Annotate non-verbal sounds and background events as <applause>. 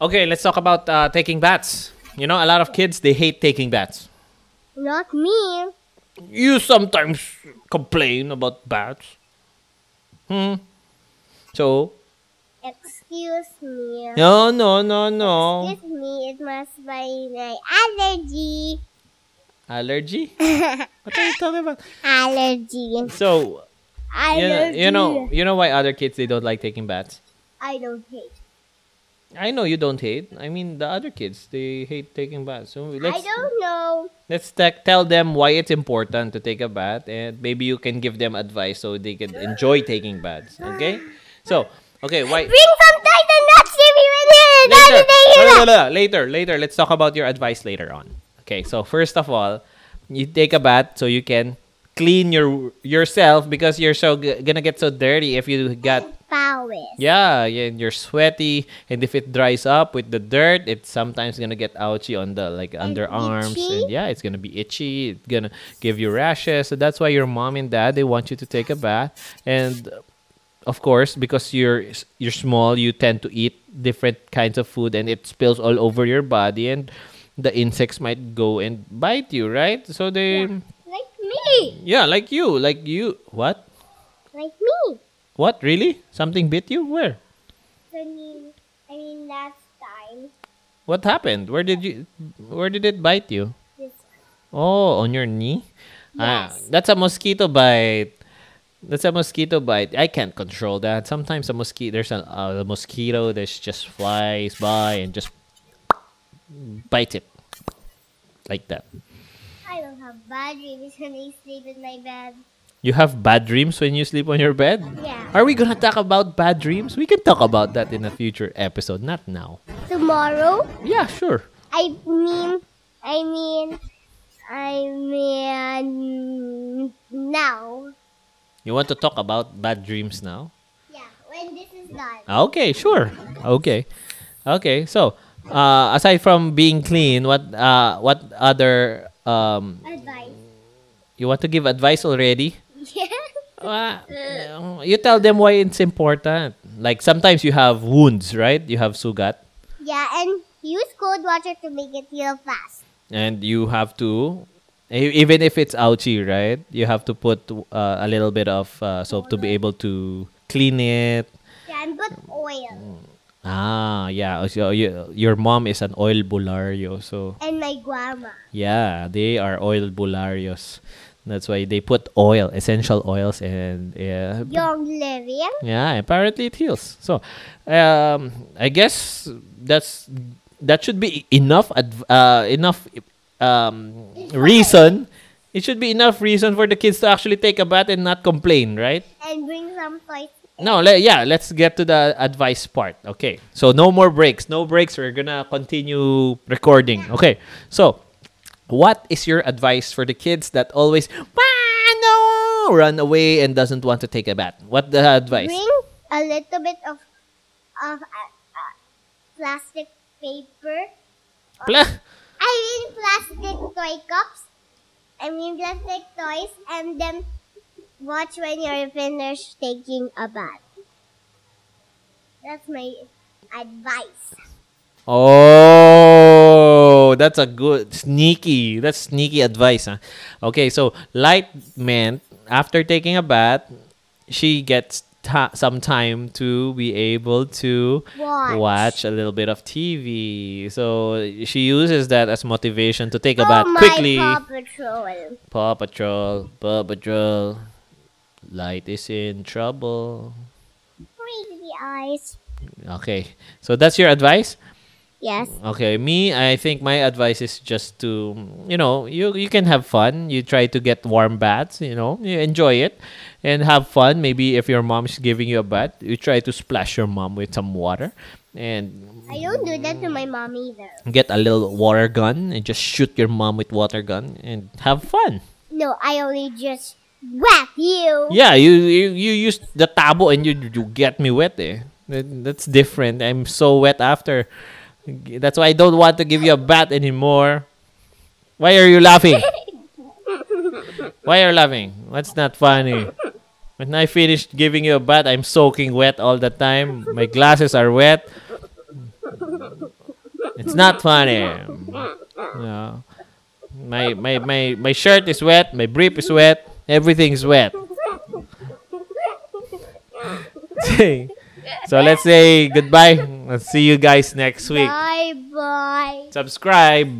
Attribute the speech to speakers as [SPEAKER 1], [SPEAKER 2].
[SPEAKER 1] Okay, let's talk about uh, taking baths. You know, a lot of kids they hate taking baths.
[SPEAKER 2] Not me.
[SPEAKER 1] You sometimes complain about baths. Hmm. So
[SPEAKER 2] Excuse me.
[SPEAKER 1] no, no, no, no.
[SPEAKER 2] Excuse me, it must be my allergy.
[SPEAKER 1] Allergy? What are you talking about?
[SPEAKER 2] allergy.
[SPEAKER 1] So you know,
[SPEAKER 2] Allergy.
[SPEAKER 1] you know, you know why other kids they don't like taking baths.
[SPEAKER 2] I don't hate.
[SPEAKER 1] I know you don't hate. I mean, the other kids they hate taking baths. So
[SPEAKER 2] I
[SPEAKER 1] let's
[SPEAKER 2] don't know.
[SPEAKER 1] let's te- tell them why it's important to take a bath, and maybe you can give them advice so they can enjoy taking baths. Okay? So okay, why?
[SPEAKER 2] Bring some Titan nuts to me when you're done
[SPEAKER 1] later.
[SPEAKER 2] eating it.
[SPEAKER 1] No, no, no, no. later, later. Let's talk about your advice later on. Okay, so first of all, you take a bath so you can clean your yourself because you're so g- gonna get so dirty if you got
[SPEAKER 2] Powers.
[SPEAKER 1] yeah, yeah, and you're sweaty and if it dries up with the dirt, it's sometimes gonna get ouchy on the like underarms
[SPEAKER 2] itchy?
[SPEAKER 1] and yeah, it's gonna be itchy. It's gonna give you rashes. So that's why your mom and dad they want you to take a bath and uh, of course because you're s- you're small, you tend to eat different kinds of food and it spills all over your body and the insects might go and bite you, right? So they
[SPEAKER 2] Like me.
[SPEAKER 1] yeah like you, like you. What?
[SPEAKER 2] Like me.
[SPEAKER 1] What? Really? Something bit you? Where?
[SPEAKER 2] I mean, I mean last time.
[SPEAKER 1] What happened? Where did you where did it bite you?
[SPEAKER 2] This
[SPEAKER 1] Oh, on your knee? Ah,
[SPEAKER 2] Yes.
[SPEAKER 1] that's a mosquito bite. That's a mosquito bite. I can't control that. Sometimes a mosquito there's a, a mosquito that just flies by and just bites it. Like that.
[SPEAKER 2] I don't have bad dreams when I sleep in my bed.
[SPEAKER 1] You have bad dreams when you sleep on your bed?
[SPEAKER 2] Yeah.
[SPEAKER 1] Are we going to talk about bad dreams? We can talk about that in a future episode, not now.
[SPEAKER 2] Tomorrow,
[SPEAKER 1] Yeah, sure.
[SPEAKER 2] I mean, I mean, I mean now.
[SPEAKER 1] You want to talk about bad dreams now?
[SPEAKER 2] Yeah, when this is done.
[SPEAKER 1] Okay, sure. Okay, okay. So, uh, aside from being clean, what uh, what other um,
[SPEAKER 2] Advice. <laughs>
[SPEAKER 1] you want to give advice already?
[SPEAKER 2] Yeah.
[SPEAKER 1] Uh, you tell them why it's important. Like sometimes you have wounds, right? You have sugat,
[SPEAKER 2] yeah, and use cold water to make it heal fast.
[SPEAKER 1] and you have to, e- even if it's ouchy, right? You have to put uh, a little bit of uh, soap to be able to clean it.
[SPEAKER 2] Yeah, and put oil.
[SPEAKER 1] Ah, yeah. So you, your mom is an oil bulario, so.
[SPEAKER 2] And my grandma.
[SPEAKER 1] Yeah, they are oil bularios. That's why they put oil, essential oils, and yeah,
[SPEAKER 2] Young living.
[SPEAKER 1] yeah. Apparently, it heals. So, um, I guess that's that should be enough. Adv- uh, enough um, reason. It should be enough reason for the kids to actually take a bath and not complain, right?
[SPEAKER 2] And bring some toys.
[SPEAKER 1] No, le- yeah, let's get to the advice part. Okay. So no more breaks. No breaks. We're going to continue recording. Okay. So, what is your advice for the kids that always "Ah, no, run away and doesn't want to take a bath? What the advice?
[SPEAKER 2] Bring a little bit of of uh, uh, plastic paper.
[SPEAKER 1] Pla-
[SPEAKER 2] I mean plastic toy cups. I mean plastic toys, and then watch when you're finished taking a bath. That's my advice.
[SPEAKER 1] Oh, that's a good sneaky. That's sneaky advice, huh? Okay, so light meant after taking a bath, she gets ta- some time to be able to
[SPEAKER 2] Watch.
[SPEAKER 1] a little bit of TV. So she uses that as motivation to take a
[SPEAKER 2] oh
[SPEAKER 1] bath
[SPEAKER 2] my
[SPEAKER 1] quickly.
[SPEAKER 2] Paw Patrol.
[SPEAKER 1] Paw Patrol, Paw Patrol. Light is in trouble.
[SPEAKER 2] Crazy eyes.
[SPEAKER 1] Okay, so that's your advice.
[SPEAKER 2] Yes.
[SPEAKER 1] Okay, me, I think my advice is just to, you know, you you can have fun. You try to get warm baths, you know, you enjoy it and have fun. Maybe if your mom's giving you a bath, you try to splash your mom with some water and
[SPEAKER 2] I don't do that to my mom either.
[SPEAKER 1] get a little water gun and just shoot your mom with water gun and have fun.
[SPEAKER 2] No, I only just whack you.
[SPEAKER 1] Yeah, you you, you use the tabo and you you get me wet eh. That- That's different. I'm so wet after. That's why I don't want to give you a bath anymore. Why are you laughing? Why are you laughing? What's not funny? When I finished giving you a bath, I'm soaking wet all the time. My glasses are wet. It's not funny. No. My my my my shirt is wet. My brief is wet. Everything's wet. <laughs> so let's say goodbye. Let's see you guys next week.
[SPEAKER 2] Bye bye.
[SPEAKER 1] Subscribe.